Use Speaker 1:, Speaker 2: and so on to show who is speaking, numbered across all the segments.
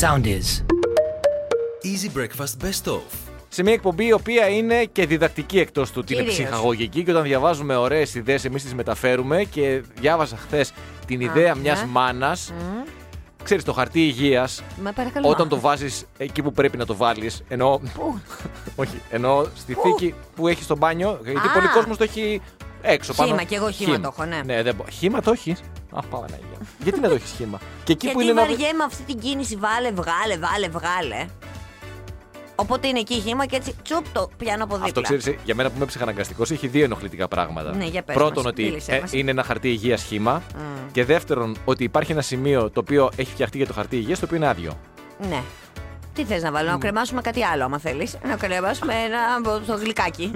Speaker 1: Sound is.
Speaker 2: Easy Breakfast Best Of.
Speaker 3: Σε μια εκπομπή η οποία είναι και διδακτική εκτός του ότι είναι
Speaker 4: Κυρίως.
Speaker 3: ψυχαγωγική και όταν διαβάζουμε ωραίες ιδέες, εμείς τις μεταφέρουμε. Και διάβασα χθες την
Speaker 4: Α,
Speaker 3: ιδέα
Speaker 4: ναι.
Speaker 3: μιας μια μάνα. Ξέρεις, το χαρτί υγείας,
Speaker 4: Μα παρακαλώ.
Speaker 3: όταν το βάζεις εκεί που πρέπει να το βάλεις, ενώ.
Speaker 4: Πού?
Speaker 3: όχι, ενώ στη θήκη που έχεις στο μπάνιο, γιατί πολλοί κόσμος το έχει έξω
Speaker 4: Χήμα,
Speaker 3: πάνω.
Speaker 4: κι εγώ χήμα το έχω, ναι.
Speaker 3: ναι δεν μπο- Χήμα το έχεις. Αχ, Παναγία. γιατί να το έχεις χήμα. Και εκεί που
Speaker 4: Γιατί
Speaker 3: είναι να-
Speaker 4: βαριέμαι αυτή την κίνηση, βάλε, βγάλε, βάλε, βγάλε. Οπότε είναι εκεί χήμα και έτσι τσουπ το πιάνω από δίπλα.
Speaker 3: Αυτό ξέρει, για μένα που είμαι ψυχαναγκαστικός, έχει δύο ενοχλητικά πράγματα.
Speaker 4: Ναι, για πες
Speaker 3: Πρώτον,
Speaker 4: μας,
Speaker 3: ότι ε,
Speaker 4: μίλησέ μας.
Speaker 3: είναι ένα χαρτί υγείας σχήμα.
Speaker 4: Μμ.
Speaker 3: Και δεύτερον, ότι υπάρχει ένα σημείο το οποίο έχει φτιαχτεί για το χαρτί υγείας, το οποίο είναι άδειο.
Speaker 4: Ναι. Τι θες να βάλω, να κρεμάσουμε κάτι άλλο, άμα θέλεις. Να κρεμάσουμε ένα το γλυκάκι.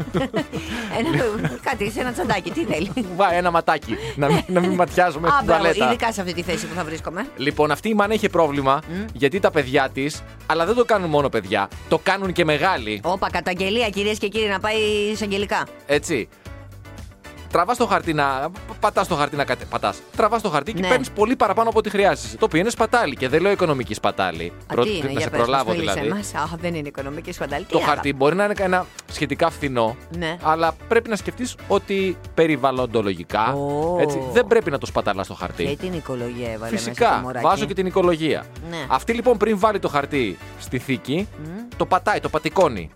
Speaker 4: ένα, κάτι, σε ένα τσαντάκι, τι θέλεις.
Speaker 3: Βά, ένα ματάκι. να, μην, να μην ματιάζουμε
Speaker 4: Α,
Speaker 3: στην
Speaker 4: μπράβο,
Speaker 3: τουαλέτα.
Speaker 4: ειδικά σε αυτή τη θέση που θα βρίσκομαι.
Speaker 3: Λοιπόν, αυτή η μάνα είχε πρόβλημα γιατί τα παιδιά της, αλλά δεν το κάνουν μόνο παιδιά, το κάνουν και μεγάλοι.
Speaker 4: Όπα, καταγγελία κυρίες και κύριοι, να πάει εισαγγελικά.
Speaker 3: Έτσι. Τραβάς το χαρτί να. Πατάς το χαρτί να κατε... Πατάς. Τραβάς το χαρτί και
Speaker 4: Ναι.
Speaker 3: παίρνεις πολύ παραπάνω από ό,τι χρειάζεσαι. Το οποίο είναι σπατάλι και δεν λέω οικονομική σπατάλι.
Speaker 4: Α,
Speaker 3: Προ-
Speaker 4: τι είναι,
Speaker 3: να
Speaker 4: για
Speaker 3: σε
Speaker 4: πες, μας,
Speaker 3: προλάβω
Speaker 4: μίλησε
Speaker 3: δηλαδή.
Speaker 4: μας. Α, δεν είναι οικονομική σκαντάλη.
Speaker 3: Το χαρτί μπορεί να είναι ένα σχετικά φθηνό,
Speaker 4: Ναι.
Speaker 3: αλλά πρέπει να σκεφτείς ότι περιβαλλοντολογικά
Speaker 4: Ω.
Speaker 3: έτσι, δεν πρέπει να το σπαταλάς το χαρτί.
Speaker 4: Και την οικολογία έβαλε μέσα το
Speaker 3: Φυσικά,
Speaker 4: μωράκι.
Speaker 3: βάζω και την οικολογία.
Speaker 4: Ναι.
Speaker 3: Αυτή λοιπόν πριν βάλει το χαρτί στη θήκη, το πατάει, το πατικώνει.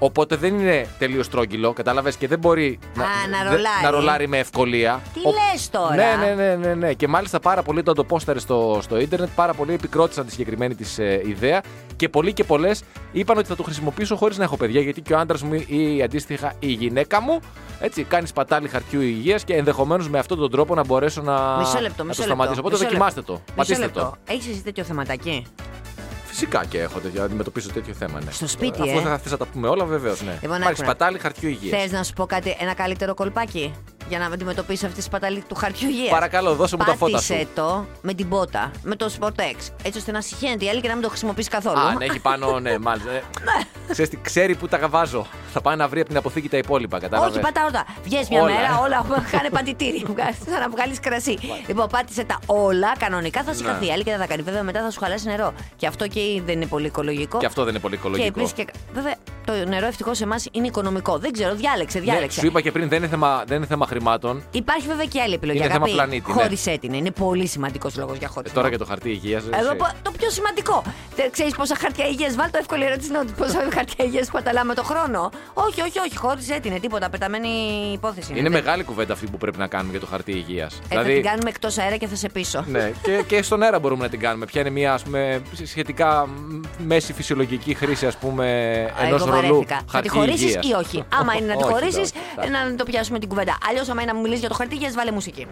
Speaker 3: Οπότε δεν είναι τελείως τρόγγυλο, κατάλαβες και δεν μπορεί
Speaker 4: Α, να
Speaker 3: δε-
Speaker 4: ρολάρει.
Speaker 3: να ρολάρει με ευκολία.
Speaker 4: Τι λες τώρα?
Speaker 3: Ναι, ναι, ναι, ναι, ναι. Και μάλιστα πάρα πολύ όταν το πόσταρε στο, στο ίντερνετ, πάρα πολλοί επικρότησαν τη συγκεκριμένη της ιδέα και πολλοί και πολλές είπαν ότι θα το χρησιμοποιήσω χωρίς να έχω παιδιά, γιατί και ο άντρας μου ή αντίστοιχα η γυναίκα μου έτσι, κάνει σπατάλη χαρτιού υγείας και ενδεχομένως με αυτόν τον τρόπο να μπορέσω να,
Speaker 4: Μισό
Speaker 3: να το
Speaker 4: λεπτό, μισό
Speaker 3: σταματήσω.
Speaker 4: λεπτό.
Speaker 3: Οπότε
Speaker 4: μισό
Speaker 3: δοκιμάστε
Speaker 4: λεπτό.
Speaker 3: το.
Speaker 4: Μισό
Speaker 3: Πατήστε
Speaker 4: λεπτό.
Speaker 3: το.
Speaker 4: Έχεις εσύ τέτοιο θεματάκι.
Speaker 3: Φυσικά και έχω τέτοιο, αντιμετωπίσω τέτοιο θέμα. Ναι.
Speaker 4: Στο σπίτι,
Speaker 3: Αφού
Speaker 4: ε.
Speaker 3: θα θες να τα πούμε όλα, βεβαίως. Ναι.
Speaker 4: Λοιπόν,
Speaker 3: Υπάρχει
Speaker 4: άκουνα.
Speaker 3: σπατάλη χαρτιού υγείας.
Speaker 4: Θες να σου πω κάτι, ένα καλύτερο κολπάκι για να αντιμετωπίσει αυτή τη σπαταλή του χαρτιού υγεία.
Speaker 3: Παρακαλώ, δώσε μου τα φώτα σου.
Speaker 4: Πάτησε το με την πότα, με το Sportex. Έτσι ώστε να συχαίνεται η άλλη και να μην το Ναι. χρησιμοποιήσει καθόλου.
Speaker 3: Α, ναι, έχει πάνω, ναι, μάλιστα. Ε, Ξέρεις, τι, ξέρει που τα βάζω. Θα πάει να βρει από την αποθήκη τα υπόλοιπα, κατάλαβες.
Speaker 4: Όχι, πατάω τα. Βγες μια
Speaker 3: Όλα.
Speaker 4: μέρα, όλα χάνε πατητήρι. Βγάζεις- Σαν να βγάλεις κρασί. λοιπόν, πάτησε τα όλα. Κανονικά θα
Speaker 3: Ναι.
Speaker 4: συγχαθεί η άλλη και θα τα κάνει. Βέβαια, μετά θα σου χαλάσει νερό. Και αυτό και δεν είναι πολύ οικολογικό.
Speaker 3: Και αυτό δεν είναι πολύ οικολογικό.
Speaker 4: Και επίσης και. Βέβαια, το νερό ευτυχώς σε εμάς είναι οικονομικό. Δεν ξέρω, διάλεξε,
Speaker 3: Ναι,
Speaker 4: διάλεξε.
Speaker 3: σου είπα και πριν, δεν είναι θέμα, δεν είναι θέμα χρημάτων.
Speaker 4: Υπάρχει βέβαια και άλλη επιλογή.
Speaker 3: Είναι θέμα
Speaker 4: αγαπή.
Speaker 3: πλανήτη, ναι.
Speaker 4: Χώρισέ την. Είναι πολύ σημαντικός λόγος για
Speaker 3: Ε,
Speaker 4: χώρισε.
Speaker 3: τώρα και το χαρτί υγείας.
Speaker 4: Εγώ πω- το πιο σημαντικό. Ξέρεις πόσα χαρτιά υγείας. Βάλ το εύκολη ερώτηση είναι ότι πόσα χαρτιά υγείας παταλάμε το χρόνο. Όχι, όχι, όχι. Χώρισε την. είναι Τίποτα. Πεταμένη υπόθεση.
Speaker 3: Είναι μεγάλη κουβέντα αυτή που πρέπει να κάνουμε για το χαρτί Δηλαδή, υγείας.
Speaker 4: Ε, θα την κάνουμε εκτός αέρα και θα σε πίσω.
Speaker 3: ναι, και, και στον αέρα μπορούμε να την κάνουμε. Ποια είναι μια ας πούμε, σχετικά μ, μέση φυσιολογική χρήση ας πούμε,
Speaker 4: Α,
Speaker 3: ενό
Speaker 4: Ε, εγώ
Speaker 3: ρολού
Speaker 4: βαρέθηκα. Θα τη
Speaker 3: χαρτί
Speaker 4: χωρίσεις
Speaker 3: υγείας.
Speaker 4: ή όχι. Άμα είναι να τη
Speaker 3: Όχι,
Speaker 4: χωρίσεις,
Speaker 3: εντάξει, εντάξει.
Speaker 4: να το πιάσουμε την κουβέντα. Αλλιώς, άμα είναι να μου μιλήσεις για το χαρτί υγεία, βάλε μουσική.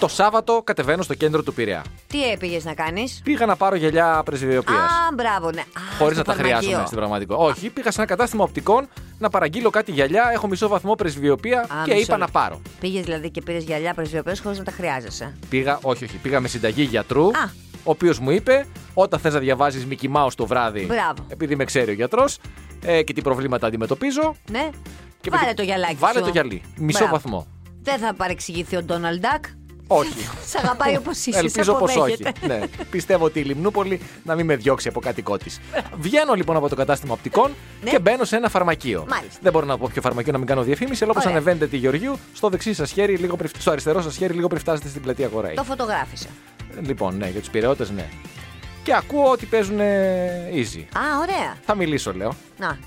Speaker 3: Το Σάββατο κατεβαίνω στο κέντρο του Πειραιά.
Speaker 4: Τι έπηγε να κάνεις.
Speaker 3: Πήγα να πάρω γυαλιά πρεσβειοποίηση.
Speaker 4: Α, μπράβο, ναι. Α,
Speaker 3: Χωρίς να
Speaker 4: στο
Speaker 3: τα
Speaker 4: φαρμακείο.
Speaker 3: χρειάζομαι στην πραγματικότητα. Όχι, πήγα σε ένα κατάστημα οπτικών να παραγγείλω κάτι γυαλιά. Έχω μισό βαθμό πρεσβειοποία
Speaker 4: Α,
Speaker 3: και
Speaker 4: μισό
Speaker 3: είπα να
Speaker 4: λεπτό.
Speaker 3: πάρω.
Speaker 4: Πήγες δηλαδή και πήρες γυαλιά πρεσβειοποιέ χωρίς να τα χρειάζεσαι.
Speaker 3: Πήγα, όχι, όχι. Πήγα με συνταγή γιατρού,
Speaker 4: Α.
Speaker 3: ο οποίος μου είπε όταν θες να διαβάζεις Μικη Mouse το βράδυ.
Speaker 4: Μπράβο.
Speaker 3: Επειδή με ξέρει ο γιατρός ε, και τι προβλήματα αντιμετωπίζω.
Speaker 4: Ναι.
Speaker 3: Και με
Speaker 4: Βάλε
Speaker 3: το-
Speaker 4: το γυαλάκι.
Speaker 3: Βάλε
Speaker 4: σου.
Speaker 3: το γυαλί. Μισό
Speaker 4: Μπράβο.
Speaker 3: βαθμό.
Speaker 4: Δεν θα παρεξηγηθεί ο Ντόναλντ Ντακ.
Speaker 3: Όχι.
Speaker 4: Σ' αγαπάει όπως είσαι.
Speaker 3: Ελπίζω πως
Speaker 4: πω
Speaker 3: όχι. ναι. Πιστεύω ότι η Λιμνούπολη να μην με διώξει από κάτι κότη. Βγαίνω λοιπόν από το κατάστημα οπτικών
Speaker 4: Ναι.
Speaker 3: και μπαίνω σε ένα φαρμακείο.
Speaker 4: Μάλιστα.
Speaker 3: Δεν μπορώ να πω ποιο φαρμακείο να μην κάνω διαφήμιση, αλλά όπως
Speaker 4: Ωραία.
Speaker 3: ανεβαίνετε τη Γεωργίου, στο δεξί σας χέρι, λίγο πριν, στο αριστερό σας χέρι, λίγο πριν φτάσετε στην πλατεία Κορέη.
Speaker 4: Το φωτογράφησα.
Speaker 3: Λοιπόν, ναι, για του πυρεώτε, ναι. Και ακούω ότι παίζουν ε, easy.
Speaker 4: Α, ωραία.
Speaker 3: Θα μιλήσω, λέω.
Speaker 4: Να.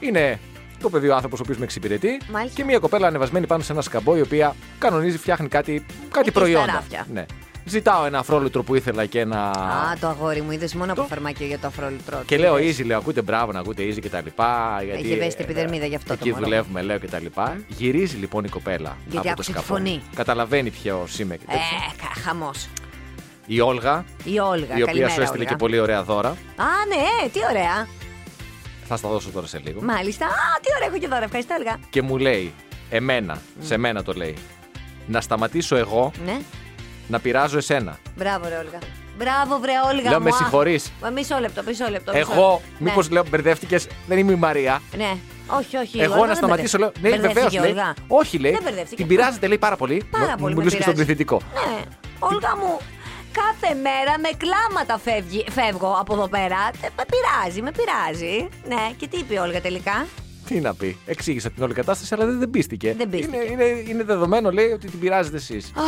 Speaker 3: Είναι το παιδί ο άνθρωπος ο οποίος με εξυπηρετεί
Speaker 4: Μάλιστα.
Speaker 3: και μια κοπέλα ανεβασμένη πάνω σε ένα σκαμπό η οποία κανονίζει, φτιάχνει κάτι, κάτι
Speaker 4: Εκεί στα
Speaker 3: προϊόντα.
Speaker 4: ράφια.
Speaker 3: Ναι. Ζητάω ένα αφρόλουτρο που ήθελα και ένα.
Speaker 4: Α, το αγόρι μου είδες μόνο από φαρμακείο για το αφρόλουτρό του.
Speaker 3: Και λέω easy, λέω ακούτε μπράβο να ακούτε easy και τα λοιπά. Γιατί, ε,
Speaker 4: Έχει ευαίσθητη επιδερμίδα γι' αυτό το
Speaker 3: Εκεί
Speaker 4: μωρό.
Speaker 3: δουλεύουμε, λέω και τα λοιπά. Γυρίζει λοιπόν η κοπέλα.
Speaker 4: Γιατί
Speaker 3: από το
Speaker 4: άκουσε τη
Speaker 3: σκαφό.
Speaker 4: φωνή.
Speaker 3: Καταλαβαίνει ποιος είμαι και τέτοια.
Speaker 4: Ε, χαμός.
Speaker 3: Η Όλγα,
Speaker 4: Η Όλγα.
Speaker 3: η οποία
Speaker 4: καλημέρα,
Speaker 3: σου έστειλε
Speaker 4: Όλγα.
Speaker 3: και πολύ ωραία δώρα.
Speaker 4: Α, ναι, τι ωραία.
Speaker 3: Θα στα δώσω τώρα σε λίγο.
Speaker 4: Μάλιστα. Α, τι ωραία έχω και δώρα. Ευχαριστώ, Όλγα.
Speaker 3: Και μου λέει, εμένα, σε μένα το λέει, να σταματήσω εγώ
Speaker 4: Ναι.
Speaker 3: να πειράζω εσένα.
Speaker 4: Μπράβο, ρε Όλγα. Μπράβο, βρε Όλγα.
Speaker 3: Λέω,
Speaker 4: μου,
Speaker 3: με
Speaker 4: α.
Speaker 3: συγχωρείς.
Speaker 4: Μα μισό λεπτό, μισό λεπτό. μισό
Speaker 3: Εγώ,
Speaker 4: λεπτό.
Speaker 3: μήπω
Speaker 4: Ναι.
Speaker 3: λέω μπερδεύτηκες, δεν είμαι η Μαρία.
Speaker 4: Ναι. Όχι, όχι. η
Speaker 3: Εγώ
Speaker 4: Όλγα
Speaker 3: να
Speaker 4: δεν
Speaker 3: σταματήσω, λέω. Ναι,
Speaker 4: μπερδεύτηκε
Speaker 3: βεβαίω
Speaker 4: η
Speaker 3: λέει.
Speaker 4: Όλγα.
Speaker 3: Όχι, λέει.
Speaker 4: Δεν μπερδεύτηκε.
Speaker 3: Την πειράζεται, λέει πάρα πολύ.
Speaker 4: Πάρα
Speaker 3: Μου-
Speaker 4: πολύ.
Speaker 3: Μου μιλούσε και στον
Speaker 4: πειράζει.
Speaker 3: πληθυντικό.
Speaker 4: Ναι. Όλγα μου, Κάθε μέρα με κλάματα φεύγει, φεύγω από εδώ πέρα. Ε, Με πειράζει, με πειράζει. Ναι, και τι είπε η Όλγα τελικά.
Speaker 3: Τι να πει. Εξήγησα την όλη κατάσταση, αλλά δεν, δεν πίστηκε.
Speaker 4: Δεν πίστηκε.
Speaker 3: Είναι, είναι, είναι δεδομένο, λέει, ότι την πειράζετε εσείς.
Speaker 4: Αχ,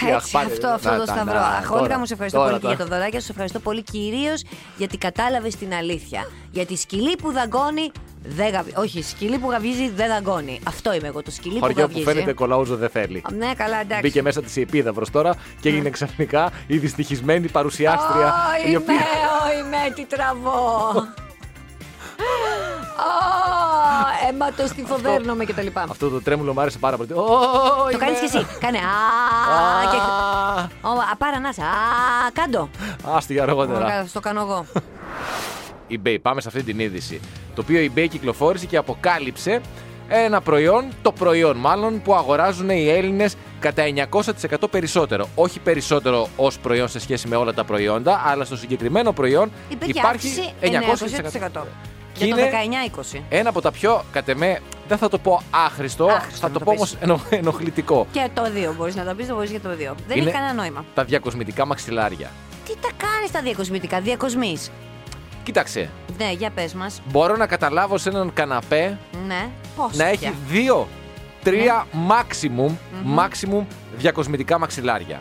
Speaker 3: Τι, αχ,
Speaker 4: έτσι,
Speaker 3: πάλι, ε,
Speaker 4: αυτό,
Speaker 3: να,
Speaker 4: αυτό το
Speaker 3: τα,
Speaker 4: σταυρό.
Speaker 3: να,
Speaker 4: Αχ,
Speaker 3: τώρα,
Speaker 4: Όλγα, μου σε ευχαριστώ
Speaker 3: τώρα,
Speaker 4: πολύ και για
Speaker 3: τώρα.
Speaker 4: το δωράκι. σου ευχαριστώ πολύ κυρίως γιατί κατάλαβες την αλήθεια. Γιατί σκυλή που δαγκώνει δεν γαβ- Όχι, σκυλή που γαβίζει δεν δαγκώνει. Αυτό είμαι εγώ. Το σκυλί που
Speaker 3: Χωριά που
Speaker 4: γαβίζει.
Speaker 3: φαίνεται κολαούζο δεν θέλει.
Speaker 4: Α, Ναι, καλά, εντάξει.
Speaker 3: Μπήκε μέσα της η επίδαυρο τώρα και έγινε ξαφνικά η δυστυχισμένη παρουσιάστρια. η
Speaker 4: Ω, είμαι,
Speaker 3: οποία...
Speaker 4: ω, είμαι, τι τραβώ. Ω, αίματο στη φοβέρνομαι κτλ.
Speaker 3: Αυτό το τρέμουλο μου άρεσε πάρα πολύ.
Speaker 4: Το κάνεις και εσύ. Κάνε. Α, και. Ω, α, Πάρα να σε. Α, κάντο.
Speaker 3: Άστι για αργότερα.
Speaker 4: Στο κάνω εγώ.
Speaker 3: eBay. Πάμε σε αυτή την είδηση. Το οποίο eBay κυκλοφόρησε και αποκάλυψε ένα προϊόν, το προϊόν μάλλον, που αγοράζουν οι Έλληνες κατά 900% περισσότερο. Όχι περισσότερο ως προϊόν σε σχέση με όλα τα προϊόντα, αλλά στο συγκεκριμένο προϊόν
Speaker 4: Υπήρχε
Speaker 3: υπάρχει
Speaker 4: αύξηση
Speaker 3: 900%.
Speaker 4: 900%.
Speaker 3: Και
Speaker 4: Για το
Speaker 3: είναι
Speaker 4: 19-20.
Speaker 3: Ένα από τα πιο, κατ' εμέ, δεν θα το πω άχρηστο,
Speaker 4: Άχρηστο
Speaker 3: θα
Speaker 4: να
Speaker 3: το
Speaker 4: το
Speaker 3: πω
Speaker 4: πεις.
Speaker 3: όμως ενοχλητικό.
Speaker 4: Και το 2 μπορείς να το πεις, το μπορείς και το 2. Δεν
Speaker 3: Είναι-
Speaker 4: έχει κανένα νόημα.
Speaker 3: Τα διακοσμητικά μαξιλάρια.
Speaker 4: Τι τα κάνεις τα διακοσμητικά, διακοσμή.
Speaker 3: Κοίταξε,
Speaker 4: Ναι, για πες μας.
Speaker 3: μπορώ να καταλάβω σε έναν καναπέ
Speaker 4: Ναι, πώ.
Speaker 3: να έχει δύο, τρία
Speaker 4: Ναι.
Speaker 3: maximum, maximum διακοσμητικά μαξιλάρια.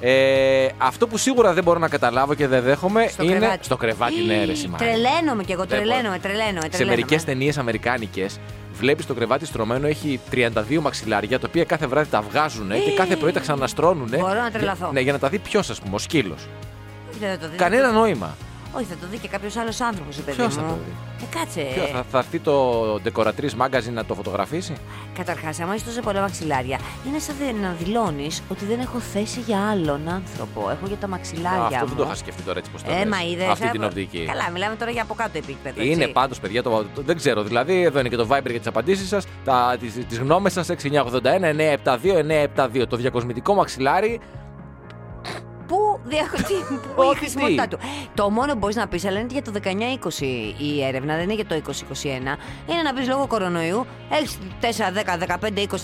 Speaker 3: Ε, αυτό που σίγουρα δεν μπορώ να καταλάβω και δεν δέχομαι
Speaker 4: Στο
Speaker 3: είναι
Speaker 4: κρεβάτι.
Speaker 3: στο κρεβάτι ναι, ρε, σημάδι.
Speaker 4: Τρελαίνομαι κι εγώ,
Speaker 3: Δεν
Speaker 4: τρελαίνομαι,
Speaker 3: μπορώ.
Speaker 4: τρελαίνομαι.
Speaker 3: Σε μερικές ταινίες αμερικάνικες βλέπεις το κρεβάτι στρωμένο, έχει 32 μαξιλάρια, τα οποία κάθε βράδυ τα βγάζουν και κάθε πρωί τα ξαναστρώνουν.
Speaker 4: Μπορώ να τρελαθώ.
Speaker 3: Ναι, για να τα δει ποιος, ας πούμε, ο σκύλος.
Speaker 4: Δεν θα το δεις.
Speaker 3: Κανένα νόημα.
Speaker 4: Όχι, θα το δει και κάποιος άλλος άνθρωπος, παιδί
Speaker 3: Ποιος θα
Speaker 4: μου.
Speaker 3: το δει?
Speaker 4: Ε, κάτσε.
Speaker 3: Ποιο, θα, θα έρθει το Decoratrice Magazine να το φωτογραφίσει.
Speaker 4: Καταρχάς, άμα είσαι τόσο πολλά μαξιλάρια, είναι σαν δε- να δηλώνεις ότι δεν έχω θέση για άλλον άνθρωπο. Έχω για τα μαξιλάρια.
Speaker 3: Αυτό δεν το
Speaker 4: μου.
Speaker 3: είχα σκεφτεί τώρα έτσι πώ το
Speaker 4: Ε,
Speaker 3: λες.
Speaker 4: μα είδες,
Speaker 3: Αυτή
Speaker 4: α,
Speaker 3: την οπτική.
Speaker 4: Καλά, μιλάμε τώρα για από κάτω επίπεδο. έτσι.
Speaker 3: Είναι πάντως, παιδιά, το, το- δεν ξέρω. Δηλαδή, εδώ είναι και το Viber για τις απαντήσεις σας, τι γνώμες σας. 6981-972-972. Το διακοσμητικό μαξιλάρι.
Speaker 4: Πού διαχωριστεί πού η
Speaker 3: Όχι, τι.
Speaker 4: χρησιμότητά του. Το μόνο που μπορείς να πεις, αλλά είναι για το 19-20 η έρευνα, δεν είναι για το 20-21. Είναι να πεις λόγω κορονοϊού, έχεις 4, 10, 15, 20, 35,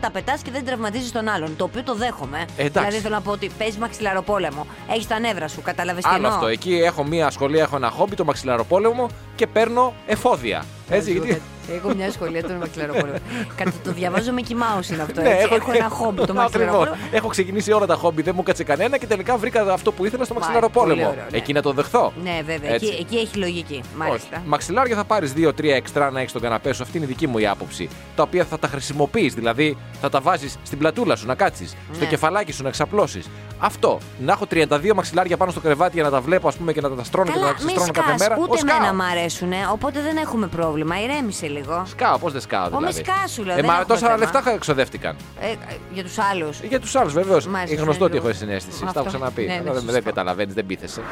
Speaker 4: τα πετάς και δεν τραυματίζεις τον άλλον. Το οποίο το δέχομαι.
Speaker 3: Εντάξει.
Speaker 4: Δηλαδή θέλω να πω ότι παίζεις μαξιλαροπόλεμο. Έχεις τα νεύρα σου, κατάλαβε τι
Speaker 3: Άλλο
Speaker 4: εννοώ.
Speaker 3: αυτό. Εκεί έχω μία σχολεία, έχω ένα χόμπι, το μαξιλαροπόλεμο και παίρνω εφόδια. Έτσι, γιατί.
Speaker 4: Ε, Έχω μια σχολεία του μαξιλαροπόλεμου. Κατά το διαβάζω με κοιμάωση είναι αυτό.
Speaker 3: Ναι,
Speaker 4: έτσι. έχω ένα χόμπι το
Speaker 3: Ακριβώς.
Speaker 4: μαξιλαροπόλεμο.
Speaker 3: Έχω ξεκινήσει όλα τα χόμπι, δεν μου κάτσε κανένα και τελικά βρήκα αυτό που ήθελα στο
Speaker 4: Μα,
Speaker 3: μαξιλαροπόλεμο.
Speaker 4: πολύ ωραίο, ναι.
Speaker 3: Εκεί να το δεχθώ.
Speaker 4: Ναι, βέβαια.
Speaker 3: Έτσι.
Speaker 4: Εκεί, εκεί έχει λογική. Μάλιστα.
Speaker 3: Όχι. Μαξιλάρια θα πάρεις 2-3 εξτρά να έχεις στον καναπέ σου. Αυτή είναι η δική μου η άποψη. Τα οποία θα τα χρησιμοποιείς, δηλαδή θα τα βάζεις στην πλατούλα σου να κάτσεις, στο
Speaker 4: Ναι.
Speaker 3: κεφαλάκι σου να ξαπλώσεις. Αυτό. Να έχω 32 μαξιλάρια πάνω στο κρεβάτι για να τα βλέπω, ας πούμε, και να τα στρώνω και
Speaker 4: Καλά,
Speaker 3: να τα
Speaker 4: μη
Speaker 3: ξεστρώνω κάθε
Speaker 4: σκάς,
Speaker 3: μέρα. Ω,
Speaker 4: ούτε
Speaker 3: σκάω.
Speaker 4: εμένα μ' αρέσουν, οπότε δεν έχουμε πρόβλημα. Ηρέμησε λίγο.
Speaker 3: Σκάω, πώς δεν σκάω.
Speaker 4: Ω, μη
Speaker 3: Δηλαδή.
Speaker 4: σκάσου, λέω,
Speaker 3: Ε,
Speaker 4: δεν
Speaker 3: μα
Speaker 4: έχουμε
Speaker 3: τόσα
Speaker 4: θέμα.
Speaker 3: λεφτά ξοδεύτηκαν.
Speaker 4: Ε, για τους άλλους.
Speaker 3: Ε, Για τους άλλους, βεβαίως.
Speaker 4: Μάλιστα,
Speaker 3: Είναι γνωστό ότι
Speaker 4: ναι,
Speaker 3: έχω συνέστηση.
Speaker 4: αυτό.
Speaker 3: Τα έχω ξαναπεί.
Speaker 4: Ναι, ναι,
Speaker 3: δεν
Speaker 4: σωστό.
Speaker 3: δεν καταλαβαίνεις, δεν πείθεσαι.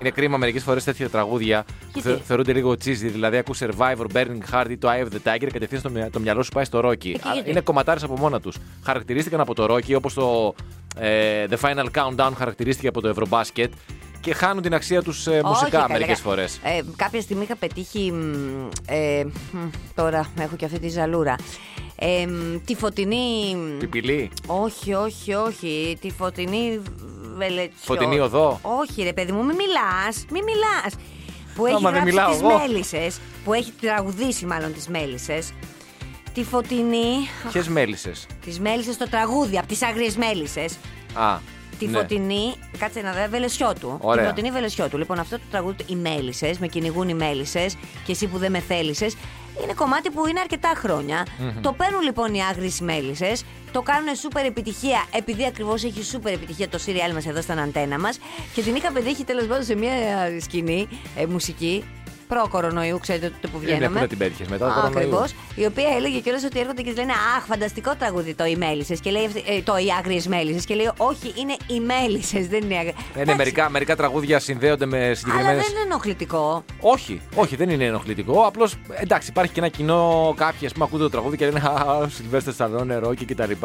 Speaker 3: Είναι κρίμα μερικές φορές τέτοια τραγούδια που θε-
Speaker 4: Γιατί?
Speaker 3: θεωρούνται λίγο τσίζι. Δηλαδή, ακούς Survivor, Burning Heart ή το Eye of the Tiger κατευθείαν στο, μυα- το μυαλό σου πάει στο Rocky. Αλλά
Speaker 4: γιατί?
Speaker 3: Είναι κομματάρες από μόνα τους. Χαρακτηρίστηκαν από το Rocky όπως το ε, The Final Countdown χαρακτηρίστηκε από το Eurobasket και χάνουν την αξία τους
Speaker 4: Όχι,
Speaker 3: μουσικά
Speaker 4: καλά,
Speaker 3: μερικές
Speaker 4: καλά.
Speaker 3: φορές.
Speaker 4: Ε, κάποια στιγμή είχα πετύχει. μ, Ε, μ, τώρα έχω και αυτή τη ζαλούρα. Ε, μ, τη φωτεινή.
Speaker 3: Πιπιλή.
Speaker 4: Όχι, όχι, όχι. Τη φωτεινή βελετσιό.
Speaker 3: Φωτεινή οδό.
Speaker 4: Όχι, ρε παιδί μου, μη μιλάς. Μη μιλάς. Που έχει
Speaker 3: Άμα δεν μιλάω
Speaker 4: γράψει τις
Speaker 3: εγώ.
Speaker 4: μέλισσες. Που έχει τραγουδήσει μάλλον τις μέλισσες. Τη φωτεινή.
Speaker 3: Ποιες μέλισσες.
Speaker 4: Τις μέλισσες το τραγούδι, από τις άγριες μέλισσες.
Speaker 3: Α.
Speaker 4: Τη
Speaker 3: ναι.
Speaker 4: φωτεινή, κάτσε να δει, βελεσιό του.
Speaker 3: Ωραία.
Speaker 4: Τη φωτεινή βελεσιό του. Λοιπόν, αυτό το τραγούδι, οι μέλισσες, με κυνηγούν οι μέλισσες και εσύ που δεν με θέλησες, είναι κομμάτι που είναι αρκετά χρόνια. Το παίρνουν λοιπόν οι άγριες μέλισσες, το κάνουν σούπερ επιτυχία, επειδή ακριβώς έχει σούπερ επιτυχία το σύριαλ μας εδώ στην αντένα μας. Και την είχα πετύχει τέλος πάντων σε μια ε, σκηνή ε, μουσική. Προ-κορονοϊού, ξέρετε τότε που
Speaker 3: Είναι Ε, ναι, που
Speaker 4: βγαίναμε.
Speaker 3: δεν την πέτυχες μετά. το κορονοϊό.
Speaker 4: Ακριβώς. Η οποία έλεγε κιόλας ότι έρχονται και της λένε Αχ, φανταστικό τραγούδι το οι μέλισσες. Και λέει, αυτή- ε, το οι άγριες μέλισσες. Και λέει, Όχι, είναι οι μέλισσες, δεν είναι οι άγριες.
Speaker 3: Ε, Ναι, μερικά, μερικά τραγούδια συνδέονται με
Speaker 4: Αλλά
Speaker 3: συγκεκριμένε.
Speaker 4: δεν είναι ενοχλητικό.
Speaker 3: Όχι, όχι, δεν είναι ενοχλητικό. Απλώς εντάξει, υπάρχει και ένα κοινό. Κάποιοι ας πούμε ακούτε το τραγούδι και λένε Α, Σιλβέστε Σταλόν, νερό και κτλ.
Speaker 4: Η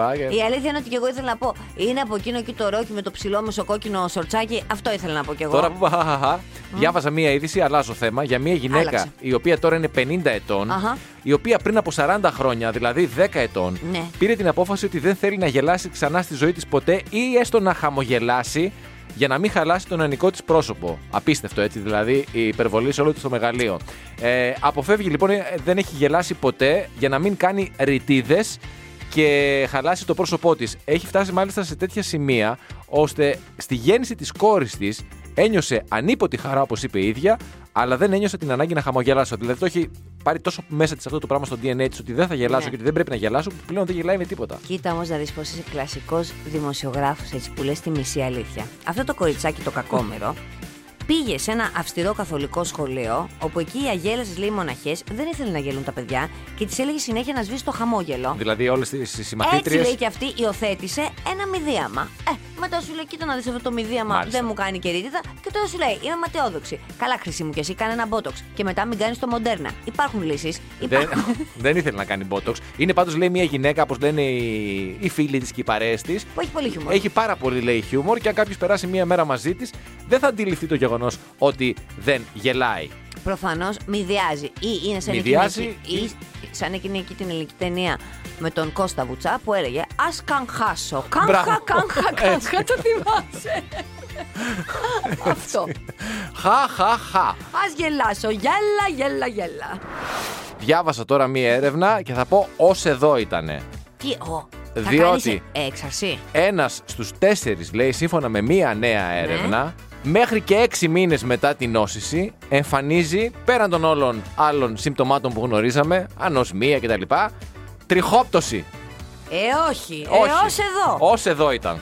Speaker 4: αλήθεια είναι ότι και Ε, εγώ ήθελα να πω Είναι από εκείνο εκεί το ρόκι με το ψηλό μεσοκόκκινο σορτσάκι. Αυτό ήθελα να πω κι εγώ.
Speaker 3: Τώρα που χαχαχα, διάβαζα μία είδηση, αλλάζω θέμα, για μία γυναίκα
Speaker 4: Άλλαξε.
Speaker 3: η οποία τώρα είναι 50 ετών,
Speaker 4: Αχα.
Speaker 3: η οποία πριν από 40 χρόνια, δηλαδή 10 ετών,
Speaker 4: Ναι.
Speaker 3: πήρε την απόφαση ότι δεν θέλει να γελάσει ξανά στη ζωή της ποτέ ή έστω να χαμογελάσει για να μην χαλάσει το νεανικό της πρόσωπο. Απίστευτο έτσι, δηλαδή η υπερβολή σε όλο του το μεγαλείο. Ε, αποφεύγει λοιπόν, ε, δεν έχει γελάσει ποτέ για να μην κάνει ρητίδες και χαλάσει το πρόσωπό της. Έχει φτάσει μάλιστα σε τέτοια σημεία ώστε στη γέννηση της κόρης της ένιωσε ανίποτη χαρά, όπως είπε η ίδια, αλλά δεν ένιωσε την ανάγκη να χαμογελάσω. Δηλαδή το έχει πάρει τόσο μέσα της αυτό το πράγμα στο DNA της ότι δεν θα γελάσω
Speaker 4: Ναι.
Speaker 3: και ότι δεν πρέπει να γελάσω, που πλέον δεν γελάει με τίποτα.
Speaker 4: Κοίτα όμως να δεις πως είσαι κλασικός δημοσιογράφος έτσι που λες τη μισή αλήθεια. Αυτό το κοριτσάκι το κακόμερο πήγε σε ένα αυστηρό καθολικό σχολείο, όπου εκεί οι αγέλες λέει μοναχές δεν ήθελε να γελούν τα παιδιά και της έλεγε συνέχεια να σβήσει το χαμόγελο.
Speaker 3: Δηλαδή όλες τις
Speaker 4: Έτσι
Speaker 3: συμμαθήτριε.
Speaker 4: λέει και αυτή, υιοθέτησε ένα μηδίαμα. Ε, μετά σου λέει: Κοίτα να δεις αυτό το μηδίαμα,
Speaker 3: Μάλιστα.
Speaker 4: δεν μου κάνει και ρίτιδα. Και τώρα σου λέει: Είμαι ματαιόδοξη. Καλά, χρυσή μου και εσύ, κάνε ένα μπότοξ. Και μετά μην κάνεις το μοντέρνα. Υπάρχουν λύσεις.
Speaker 3: Δεν, δεν ήθελε να κάνει botox. Είναι πάντως, λέει, μια γυναίκα, όπως λένε οι, οι φίλοι της και οι παρέες της.
Speaker 4: Που έχει πολύ χιούμορ.
Speaker 3: Έχει πάρα πολύ, λέει, χιούμορ και αν κάποιος περάσει μία μέρα μαζί της, δεν θα αντιληφθεί το γεγονός ότι δεν γελάει.
Speaker 4: Προφανώς μηδιάζει. Ή είναι σαν,
Speaker 3: Μηδιάζει
Speaker 4: εκείνη, εκεί-
Speaker 3: ή-
Speaker 4: ή σαν εκείνη εκεί την ελληνική ταινία με τον Κώστα Βουτσά που έλεγε Ας καγχάσω. Καγχά,
Speaker 3: Μπράβο.
Speaker 4: καγχά,
Speaker 3: Έτσι.
Speaker 4: καγχά. Το θυμάσαι. Αυτό.
Speaker 3: Χα, χα, χα.
Speaker 4: Ας γελάσω. Γέλα, γέλα, γέλα.
Speaker 3: Διάβασα τώρα μία έρευνα και θα πω ως εδώ ήτανε.
Speaker 4: Τι, ο. θα
Speaker 3: Διότι-
Speaker 4: κάνεις ε- Έξαρση.
Speaker 3: Ένας στους τέσσερις, λέει, σύμφωνα με μία νέα έρευνα, μέχρι και έξι μήνες μετά την νόσηση, εμφανίζει πέραν των όλων άλλων συμπτωμάτων που γνωρίζαμε, ανοσμία κτλ. Τριχόπτωση.
Speaker 4: Ε, όχι.
Speaker 3: Όχι.
Speaker 4: Ε, ως εδώ.
Speaker 3: Ως εδώ ήταν.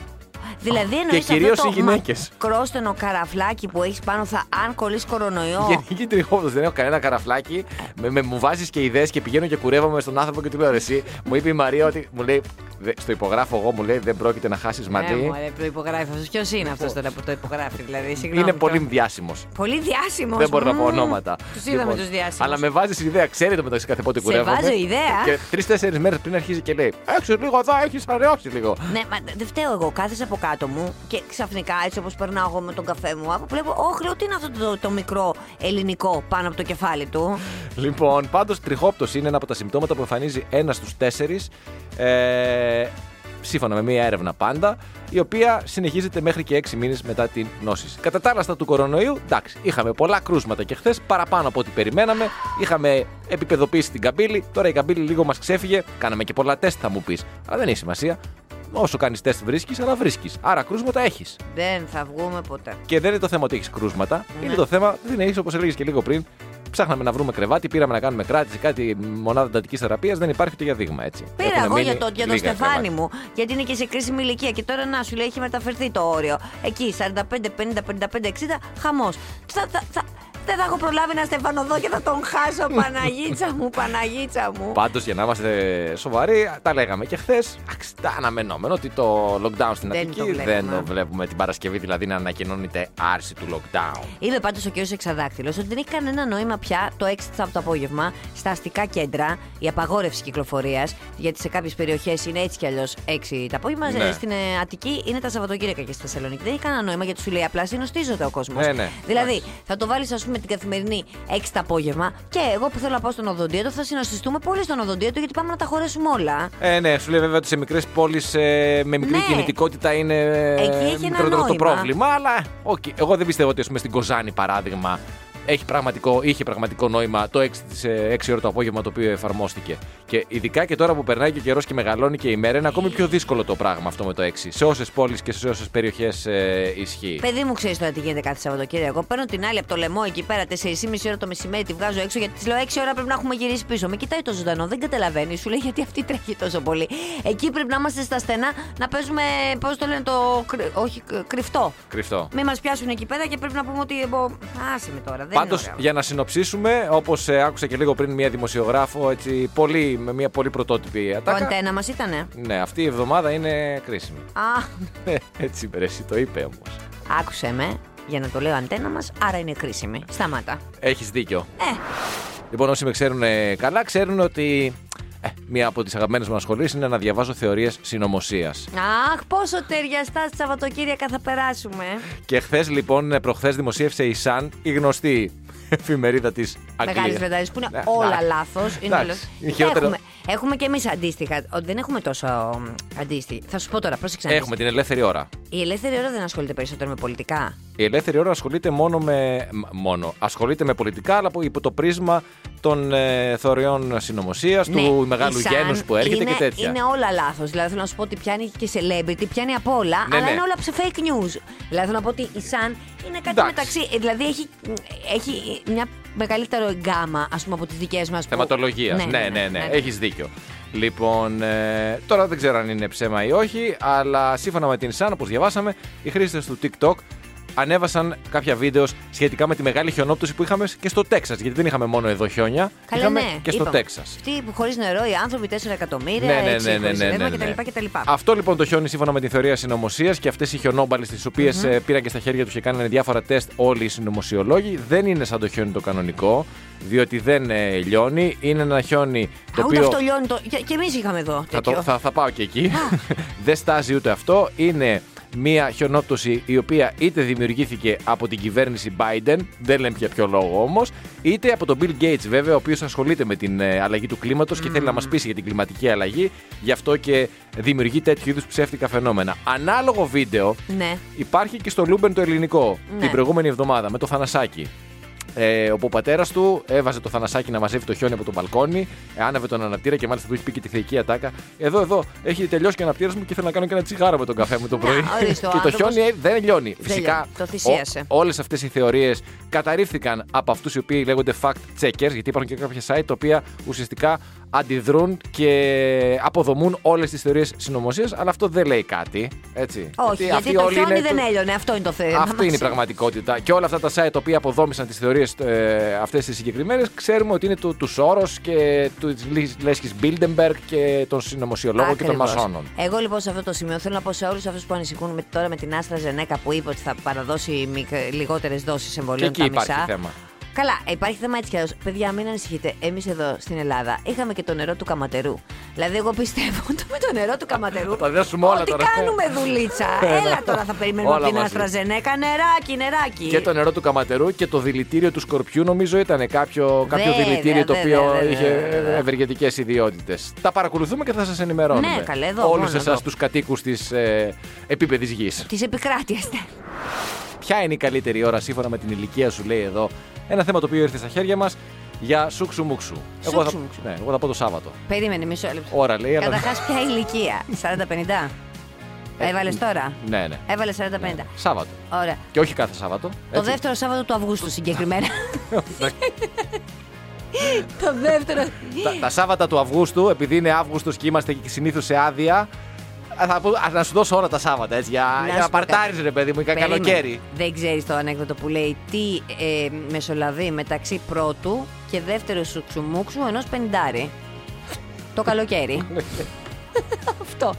Speaker 4: Δηλαδή εννοείς
Speaker 3: κυρίως
Speaker 4: αυτό
Speaker 3: οι
Speaker 4: το
Speaker 3: γυναίκες.
Speaker 4: μακρόστενο καραφλάκι που έχεις πάνω θα αν κολλείς κορονοϊό.
Speaker 3: Γενική τριχόπτωση. Δεν έχω κανένα καραφλάκι. Με, με- μου βάζεις και ιδέες και πηγαίνω και κουρεύομαι στον άνθρωπο και του λέω «Ρε Εσύ, μου είπε η Μαρία ότι. Μου λέει, «Δε- στο υπογράφω εγώ, μου λέει δεν πρόκειται να χάσεις
Speaker 1: Ναι,
Speaker 3: μαντί.
Speaker 1: μωρέ, το υπογράφει αυτός. Ποιος είναι αυτός τώρα που το υπογράφει, δηλαδή. Συγγνώμη.
Speaker 3: Είναι
Speaker 1: τώρα.
Speaker 3: πολύ διάσημος.
Speaker 4: Πολύ διάσημος.
Speaker 3: Δεν μπορώ να πω ονόματα. Λοιπόν,
Speaker 1: τους είδαμε τους διάσημους.
Speaker 3: Αλλά με βάζεις ιδέα, ξέρετε μεταξύ κάθε πότε
Speaker 4: Σε
Speaker 3: κουρεύομαι.
Speaker 4: βάζω ιδέα.
Speaker 3: Και τρει-τέσσερι μέρες πριν αρχίζει και λέει: Έξω λίγο εδώ, έχεις αραιώσει λίγο.
Speaker 4: Ναι, μα δεν φταίω εγώ. Κάθεσαι από κάτω μου και ξαφνικά έτσι όπως περνάω εγώ με τον καφέ μου, άκου, βλέπω, Όχι, λέω, τι είναι αυτό το, το μικρό ελληνικό πάνω από το κεφάλι του.
Speaker 3: Λοιπόν, πάντως τριχόπτωση είναι ένα από τα συμπτώματα που εμφανίζει ένας στους τέσσερις. Ε, σύμφωνα με μία έρευνα πάντα, η οποία συνεχίζεται μέχρι και 6 μήνες μετά την νόση. Κατά τα άλλα, στα του κορονοϊού, εντάξει, είχαμε πολλά κρούσματα και χθες, παραπάνω από ό,τι περιμέναμε. Είχαμε επιπεδοποίησει την καμπύλη, τώρα η καμπύλη λίγο μας ξέφυγε. Κάναμε και πολλά τεστ, θα μου πεις. Αλλά δεν έχει σημασία. Όσο κάνεις τεστ, βρίσκεις, αλλά βρίσκεις. Άρα κρούσματα έχεις.
Speaker 4: Δεν θα βγούμε ποτέ.
Speaker 3: Και δεν είναι το θέμα ότι έχεις κρούσματα.
Speaker 4: Ναι.
Speaker 3: Είναι το θέμα, δεν έχεις όπως έλεγες και λίγο πριν. Ψάχναμε να βρούμε κρεβάτι, πήραμε να κάνουμε κράτηση, κάτι μονάδα εντατικής θεραπείας. Δεν υπάρχει ούτε για δείγμα έτσι.
Speaker 4: Πήρα
Speaker 3: Έχουν
Speaker 4: εγώ για
Speaker 3: μείνει
Speaker 4: το, για το
Speaker 3: λίγα
Speaker 4: στεφάνι
Speaker 3: κρεβάτια.
Speaker 4: μου, γιατί είναι και σε κρίσιμη ηλικία. Και τώρα να σου λέει, έχει μεταφερθεί το όριο. Εκεί, 45, 50, 55, 60, χαμός. Θα, θα, θα, δεν θα έχω προλάβει να στεφανωθώ και θα τον χάσω, Παναγίτσα μου, Παναγίτσα μου.
Speaker 3: Πάντως για να είμαστε σοβαροί, τα λέγαμε και χθες. Τα αναμενόμενο ότι το lockdown στην
Speaker 4: Δεν
Speaker 3: Αττική
Speaker 4: το βλέπουμε.
Speaker 3: δεν το βλέπουμε την Παρασκευή, δηλαδή να ανακοινώνεται άρση του lockdown.
Speaker 4: Είπε πάντως ο κ. Εξαδάκτυλος ότι δεν έχει κανένα νόημα πια το 6 από το απόγευμα στα αστικά κέντρα η απαγόρευση κυκλοφορίας. Γιατί σε κάποιες περιοχές είναι έτσι κι αλλιώς 6 το απόγευμα.
Speaker 3: Ναι.
Speaker 4: ε, Στην ε, Αττική είναι τα Σαββατοκύριακα και στη Θεσσαλονίκη. Δεν έχει κανένα νόημα γιατί σου λέει απλά συνοστίζονται ο κόσμος.
Speaker 3: Ναι, ναι.
Speaker 4: Δηλαδή
Speaker 3: Εντάξει.
Speaker 4: θα το βάλεις, ας πούμε, την καθημερινή 6 το απόγευμα και εγώ που θέλω να πάω στον οδοντίατο θα συνοστιστούμε πολύ στον οδοντίατο γιατί πάμε να τα χωρέσουμε όλα.
Speaker 3: Ε, ναι, σου λέει βέβαια ότι σε μικρές πόλεις με μικρή
Speaker 4: Ναι.
Speaker 3: κινητικότητα είναι ε,
Speaker 4: Εκεί έχει ένα
Speaker 3: μικρότερο το
Speaker 4: νόημα.
Speaker 3: πρόβλημα. Αλλά ε, οκ. εγώ δεν πιστεύω ότι ας πούμε, στην Κοζάνη παράδειγμα έχει πραγματικό, είχε πραγματικό νόημα το 6, της, ε, 6 ώρα το απόγευμα το οποίο εφαρμόστηκε. Και ειδικά και τώρα που περνάει και ο καιρός και μεγαλώνει και η μέρα, είναι ακόμη πιο δύσκολο το πράγμα αυτό με το 6. Σε όσες πόλεις και σε όσες περιοχές ισχύει.
Speaker 4: Παιδί μου, ξέρεις τώρα τι γίνεται κάθε Σαββατοκύριακο. Παίρνω την άλλη από το λαιμό εκεί πέρα, 4,5 ώρα το μεσημέρι, τη βγάζω έξω γιατί της λέω 6 ώρα πρέπει να έχουμε γυρίσει πίσω. Με κοιτάει το ζωντανό, δεν καταλαβαίνει. Σου λέει γιατί αυτή τρέχει τόσο πολύ. Εκεί πρέπει να είμαστε στα στενά, να παίζουμε, πώς το λένε, το. κρυ- Όχι, κ- κρυφτό.
Speaker 3: Κρυφτό.
Speaker 4: Μην μας πιάσουν εκεί πέρα και πρέπει να πούμε ότι. εμπο- Άσε με τώρα, δεν
Speaker 3: Πάντω,
Speaker 4: είναι ωραίο.
Speaker 3: για να συνοψίσουμε, όπως άκουσα και λίγο πριν μία δημοσιογράφο, έτσι, πολύ, με μία πολύ πρωτότυπη ατάκα.
Speaker 4: Κοντένα μας ήτανε.
Speaker 3: Ναι, αυτή η εβδομάδα είναι κρίσιμη.
Speaker 4: Α,
Speaker 3: Ναι, έτσι μπρε, εσύ το είπε όμως.
Speaker 4: άκουσε με για να το λέω αντένα μας, άρα είναι κρίσιμη. Σταμάτα.
Speaker 3: Έχεις δίκιο.
Speaker 4: Ε,
Speaker 3: Λοιπόν, όσοι με ξέρουν ε, καλά, ξέρουν ότι ε, μία από τις αγαπημένες μου ασχολίες είναι να διαβάζω θεωρίες συνωμοσίας.
Speaker 4: αχ, πόσο ταιριαστά στη Σαββατοκύριακα θα περάσουμε.
Speaker 3: ε, Και χθες, λοιπόν, προχθές δημοσίευσε η Σαν, η γνωστή εφημερίδα της
Speaker 4: Μεγάλε
Speaker 3: Αγγλίας.
Speaker 4: Βρετανίε που είναι
Speaker 3: Ναι,
Speaker 4: όλα
Speaker 3: εντάξει.
Speaker 4: λάθος.
Speaker 3: Εντάξει, είναι χειρότερο.
Speaker 4: Έχουμε, έχουμε και εμείς αντίστοιχα. Ο, Δεν έχουμε τόσο αντίστοιχα. Θα σου πω τώρα, πρόσεξε. να δεις.
Speaker 3: Έχουμε την ελεύθερη ώρα.
Speaker 4: Η ελεύθερη ώρα δεν ασχολείται περισσότερο με πολιτικά.
Speaker 3: Η ελεύθερη ώρα ασχολείται μόνο με. μ- Μόνο. Ασχολείται με πολιτικά, αλλά από- υπό το πρίσμα των ε, θεωριών συνωμοσίας, του μεγάλου
Speaker 4: Ναι, η Sun
Speaker 3: γένους που έρχεται
Speaker 4: είναι,
Speaker 3: και τέτοια.
Speaker 4: Είναι όλα λάθος. Δηλαδή θέλω να σου πω ότι πιάνει και celebrity, πιάνει απ' όλα,
Speaker 3: Ναι,
Speaker 4: αλλά
Speaker 3: ναι.
Speaker 4: είναι όλα ψε fake news. Δηλαδή θέλω να πω ότι η Sun είναι κάτι
Speaker 3: Εντάξει.
Speaker 4: μεταξύ. ε, Δηλαδή έχει, έχει μια μεγαλύτερο γκάμα, ας πούμε, από τις δικές μας.
Speaker 3: Θεματολογίας. Ναι, ναι, ναι. Έχεις δίκιο. Λοιπόν, ε, τώρα δεν ξέρω αν είναι ψέμα ή όχι, αλλά σύμφωνα με την Sun, όπως διαβάσαμε, οι χρήστες του TikTok ανέβασαν κάποια βίντεο σχετικά με τη μεγάλη χιονόπτωση που είχαμε και στο Τέξας. Γιατί δεν είχαμε μόνο εδώ χιόνια,
Speaker 4: Καλά,
Speaker 3: είχαμε
Speaker 4: ναι,
Speaker 3: και στο
Speaker 4: είπαμε.
Speaker 3: Τέξας.
Speaker 4: Αυτοί που χωρίς νερό, οι άνθρωποι 4 εκατομμύρια,
Speaker 3: Ναι, ναι,
Speaker 4: έτσι,
Speaker 3: ναι, ναι,
Speaker 4: χωρίς
Speaker 3: ναι,
Speaker 4: ρεύμα
Speaker 3: ναι, ναι.
Speaker 4: κτλ, κτλ.
Speaker 3: Αυτό λοιπόν το χιόνι σύμφωνα με τη θεωρία συνωμοσίας και αυτές οι χιονόμπαλες τις οποίες ε, πήραν και στα χέρια τους και κάνανε διάφορα τεστ όλοι οι συνωμοσιολόγοι δεν είναι σαν το χιόνι το κανονικό, διότι δεν ε, λιώνει. Είναι ένα χιόνι το
Speaker 4: Α, ούτε
Speaker 3: οποίο.
Speaker 4: αυτό λιώνει. Το... Και, και εμείς είχαμε εδώ.
Speaker 3: Θα, το,
Speaker 4: τέτοιο.
Speaker 3: θα, θα πάω και εκεί. Δεν στάζει ούτε αυτό. Είναι μια χιονόπτωση η οποία είτε δημιουργήθηκε από την κυβέρνηση Biden, δεν λέμε για ποιο λόγο όμως, είτε από τον Bill Gates βέβαια, ο οποίος ασχολείται με την ε, αλλαγή του κλίματος και θέλει να μας πείσει για την κλιματική αλλαγή. Γι' αυτό και δημιουργεί τέτοιου είδους ψεύτικα φαινόμενα. Ανάλογο βίντεο
Speaker 4: Ναι.
Speaker 3: υπάρχει και στο Λούμπεν το ελληνικό
Speaker 4: Ναι.
Speaker 3: την προηγούμενη εβδομάδα με το Θανασάκι. Ε, όπου ο πατέρας του έβαζε το θανασάκι να μαζεύει το χιόνι από τον μπαλκόνι, ε, άναβε τον αναπτήρα και μάλιστα του είχε πει και τη θεϊκή ατάκα. Εδώ, εδώ, έχει τελειώσει και ο αναπτήρας μου και θέλω να κάνω και ένα τσιγάρο με τον καφέ μου το πρωί.
Speaker 4: Ναι, ορίστε, ο
Speaker 3: και το
Speaker 4: άνθρωπος
Speaker 3: χιόνι ε, δεν λιώνει.
Speaker 4: δεν
Speaker 3: Φυσικά,
Speaker 4: λιώνει. Το θυσίασε.
Speaker 3: όλες αυτές οι θεωρίες καταρρίφθηκαν από αυτούς οι οποίοι λέγονται fact checkers, γιατί υπάρχουν και κάποια site τα οποία ουσιαστικά αντιδρούν και αποδομούν όλες τις θεωρίες συνωμοσίας, αλλά αυτό δεν λέει κάτι. Έτσι.
Speaker 4: Όχι, γιατί,
Speaker 3: αυτοί
Speaker 4: το
Speaker 3: όλοι
Speaker 4: χιόνι
Speaker 3: είναι
Speaker 4: δεν
Speaker 3: του-
Speaker 4: έλειωνε. Αυτό είναι το θέμα.
Speaker 3: αυτή είναι η πραγματικότητα. Και όλα αυτά τα site τα οποία αποδόμησαν τις θεωρίες ε, αυτές τις συγκεκριμένες, ξέρουμε ότι είναι του, του Σόρος και του Λέσχη Μπίλντεμπεργκ και των συνωμοσιολόγων και των
Speaker 4: Ακριβώς.
Speaker 3: μασόνων.
Speaker 4: Εγώ λοιπόν σε αυτό το σημείο θέλω να πω σε όλους αυτούς που ανησυχούν με, τώρα με την Άστρα Ζενέκα που είπε ότι θα παραδώσει λιγότερες δόσεις
Speaker 3: Και
Speaker 4: εμβολίων
Speaker 3: εκεί
Speaker 4: τα μισά.
Speaker 3: υπάρχει θέμα.
Speaker 4: Καλά, υπάρχει θέμα έτσι κι αλλιώς. Παιδιά, μην ανησυχείτε. Εμείς εδώ στην Ελλάδα είχαμε και το νερό του καματερού. Δηλαδή, εγώ πιστεύω ότι με το νερό του καματερού.
Speaker 3: Θα τα δέσουμε όλα
Speaker 4: ότι
Speaker 3: τώρα.
Speaker 4: κάνουμε δουλίτσα. Έλα τώρα θα περιμένουμε
Speaker 3: Όλα
Speaker 4: από την
Speaker 3: μαζί.
Speaker 4: Άστρα Ζενέκα. Νεράκι, νεράκι.
Speaker 3: Και το νερό του καματερού και το δηλητήριο του σκορπιού, νομίζω ήταν κάποιο, κάποιο
Speaker 4: Βέβαια,
Speaker 3: δηλητήριο το
Speaker 4: βέβαια,
Speaker 3: οποίο
Speaker 4: βέβαια,
Speaker 3: είχε
Speaker 4: βέβαια.
Speaker 3: ευεργετικές ιδιότητες. Τα παρακολουθούμε και θα σας ενημερώνουμε.
Speaker 4: Ναι, καλέ, εδώ,
Speaker 3: Όλους
Speaker 4: μόνο
Speaker 3: εσάς
Speaker 4: εδώ.
Speaker 3: τους κατοίκους της ε, επίπεδης γης.
Speaker 4: Της επικράτειας.
Speaker 3: Ποια είναι η καλύτερη ώρα σύμφωνα με την ηλικία σου, λέει εδώ. Ένα θέμα το οποίο ήρθε στα χέρια μας για σούξου μουξου. Εγώ θα,
Speaker 4: Σούξου-μουξου.
Speaker 3: ναι, εγώ θα πω το Σάββατο.
Speaker 4: Περίμενε μισό λεπτό.
Speaker 3: Ώρα λέει, αλλά.
Speaker 4: Καταρχάς, ποια ηλικία. 40-50. Έβαλε τώρα.
Speaker 3: Ναι, ναι.
Speaker 4: Έβαλες 40-50.
Speaker 3: Σάββατο.
Speaker 4: Ωραία.
Speaker 3: Και όχι κάθε Σάββατο.
Speaker 4: Το
Speaker 3: έτσι.
Speaker 4: δεύτερο Σάββατο του Αυγούστου συγκεκριμένα. το δεύτερο.
Speaker 3: Τα, τα Σάββατα του Αυγούστου, επειδή είναι Αύγουστος και είμαστε συνήθως σε άδεια. α, Θα πω, ας, να σου δώσω όλα τα Σάββατα έτσι, για να,
Speaker 4: Να σου
Speaker 3: να
Speaker 4: πω κάτι.
Speaker 3: παρτάρει ρε παιδί μου, για
Speaker 4: Περίμενε.
Speaker 3: καλοκαίρι.
Speaker 4: Δεν ξέρεις το ανέκδοτο που λέει τι ε, μεσολαβεί μεταξύ πρώτου και δεύτερου σου τσουμούξου ενό πενιντάρι. το καλοκαίρι. αυτό.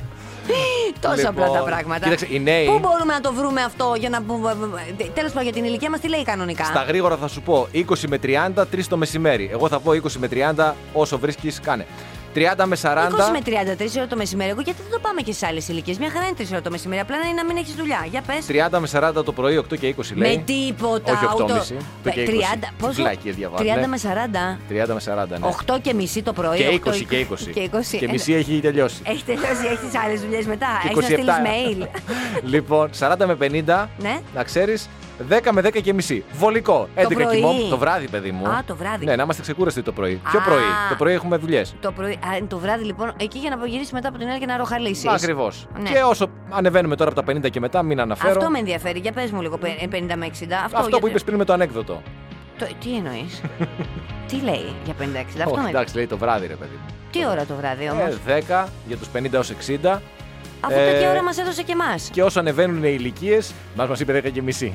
Speaker 4: Τόσο απλά τα
Speaker 3: Λοιπόν,
Speaker 4: πράγματα.
Speaker 3: κοίταξε, οι νέοι-
Speaker 4: Πού μπορούμε να το βρούμε αυτό για να. Τέλος πάντων, για την ηλικία μας τι λέει κανονικά.
Speaker 3: Στα γρήγορα θα σου πω 20 με 30, 3 το μεσημέρι. Εγώ θα πω 20 με 30, όσο βρίσκεις, κάνε. 30 με 40.
Speaker 4: 20 με 33 ώρα το μεσημέρι. Εγώ γιατί δεν το πάμε και σε άλλες ηλικίες. Μια χαρά είναι 3 ώρα το μεσημέρι. Απλά να είναι να μην έχεις δουλειά. Για πες.
Speaker 3: 30 με 40 το πρωί, 8 και 20 λέει.
Speaker 4: Με τίποτα.
Speaker 3: Όχι 8,5,
Speaker 4: ούτε-
Speaker 3: το και
Speaker 4: 30,
Speaker 3: 20.
Speaker 4: πόσο?
Speaker 3: Βλάκιες διαβάζω,
Speaker 4: 30
Speaker 3: ναι.
Speaker 4: με
Speaker 3: 30
Speaker 4: 40.
Speaker 3: με 40, ναι.
Speaker 4: 8 και μισή το πρωί.
Speaker 3: και
Speaker 4: 8,
Speaker 3: 20 και 20.
Speaker 4: ε, Και ε, ναι. 20.
Speaker 3: Και μισή έχει τελειώσει.
Speaker 4: Έχει τελειώσει, έχεις άλλες δουλειές μετά.
Speaker 3: Και
Speaker 4: Έχεις να στείλεις
Speaker 3: 27.
Speaker 4: mail. Ε.
Speaker 3: λοιπόν, 40 με 50,
Speaker 4: Ναι.
Speaker 3: να ξέρεις, 10 με 10 και μισή. Βολικό. 11
Speaker 4: πρωί.
Speaker 3: κοιμόμουν. Το βράδυ, παιδί μου.
Speaker 4: Α, το βράδυ.
Speaker 3: Ναι, να είμαστε ξεκούραστοι το πρωί. Ποιο
Speaker 4: Α.
Speaker 3: πρωί. Το πρωί έχουμε δουλειές.
Speaker 4: το, πρωί, α, είναι το βράδυ λοιπόν, εκεί για να απογυρίσει μετά από την άλλη και να ροχαλίσει.
Speaker 3: Ακριβώς.
Speaker 4: Ναι.
Speaker 3: Και όσο ανεβαίνουμε τώρα από τα 50 και μετά, μην αναφέρω.
Speaker 4: Αυτό με ενδιαφέρει. Για πες μου λίγο πε- 50 με 60. Αυτό,
Speaker 3: Αυτό που
Speaker 4: γιατί-
Speaker 3: είπες πριν με το ανέκδοτο.
Speaker 4: Το- τι εννοείς. τι λέει για 50-60. Αυτό
Speaker 3: Όχι,
Speaker 4: με
Speaker 3: εντάξει, λέει το βράδυ, ρε παιδί μου.
Speaker 4: Τι ώρα το βράδυ όμως.
Speaker 3: Ε, 10 για τους 50 έω 60.
Speaker 4: Αφού
Speaker 3: ε,
Speaker 4: τέτοια ώρα μας έδωσε και εμάς.
Speaker 3: Και όσο ανεβαίνουν οι ηλικίες. Μας μας είπε 10 και μισή.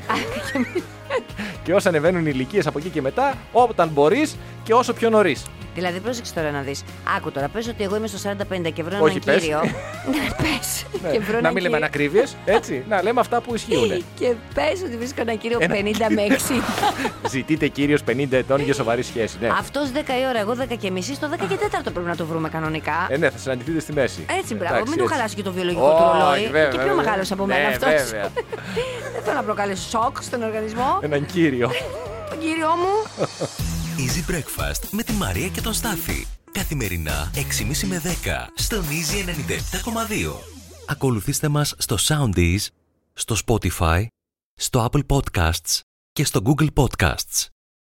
Speaker 3: και όσο ανεβαίνουν οι ηλικίες από εκεί και μετά, όταν μπορείς και όσο πιο νωρίς.
Speaker 4: Δηλαδή, πρόσεξε τώρα να δεις. Άκου τώρα, πες ότι εγώ είμαι στο 45 και βρω
Speaker 3: Όχι,
Speaker 4: έναν
Speaker 3: πες.
Speaker 4: κύριο. Ναι, πες. Και βρω
Speaker 3: να
Speaker 4: έναν
Speaker 3: μην λέμε
Speaker 4: κύριο-
Speaker 3: ανακρίβειες, έτσι. να λέμε αυτά που ισχύουν.
Speaker 4: Και πες ότι βρίσκω έναν κύριο 50 με
Speaker 3: Ναι.
Speaker 4: 60.
Speaker 3: Ζητείτε κύριος 50 ετών για σοβαρή σχέση. Ναι.
Speaker 4: Αυτός 10 η ώρα, εγώ 10 και μισή, στο 10 και 4 πρέπει να το βρούμε κανονικά.
Speaker 3: Ε, ναι, θα συναντηθείτε στη μέση.
Speaker 4: Έτσι, μπράβο.
Speaker 3: Εντάξει,
Speaker 4: Μην του
Speaker 3: έτσι.
Speaker 4: χαλάσει και το βιολογικό του
Speaker 3: Όχι,
Speaker 4: ρολόι.
Speaker 3: βέβαια,
Speaker 4: και πιο
Speaker 3: βέβαια.
Speaker 4: μεγάλος από μένα
Speaker 3: Ναι,
Speaker 4: αυτός.
Speaker 3: βέβαια. Ε,
Speaker 4: Δεν θέλω να προκαλέσω σοκ στον οργανισμό.
Speaker 3: Έναν κύριο.
Speaker 5: τον κύριο μου.
Speaker 2: Easy Breakfast με τη Μαρία και τον Στάφη. Καθημερινά 6.30 με 10 στον Easy 97.2. Ακολουθήστε μας στο Soundees, στο Spotify, στο Apple Podcasts και στο Google Podcasts.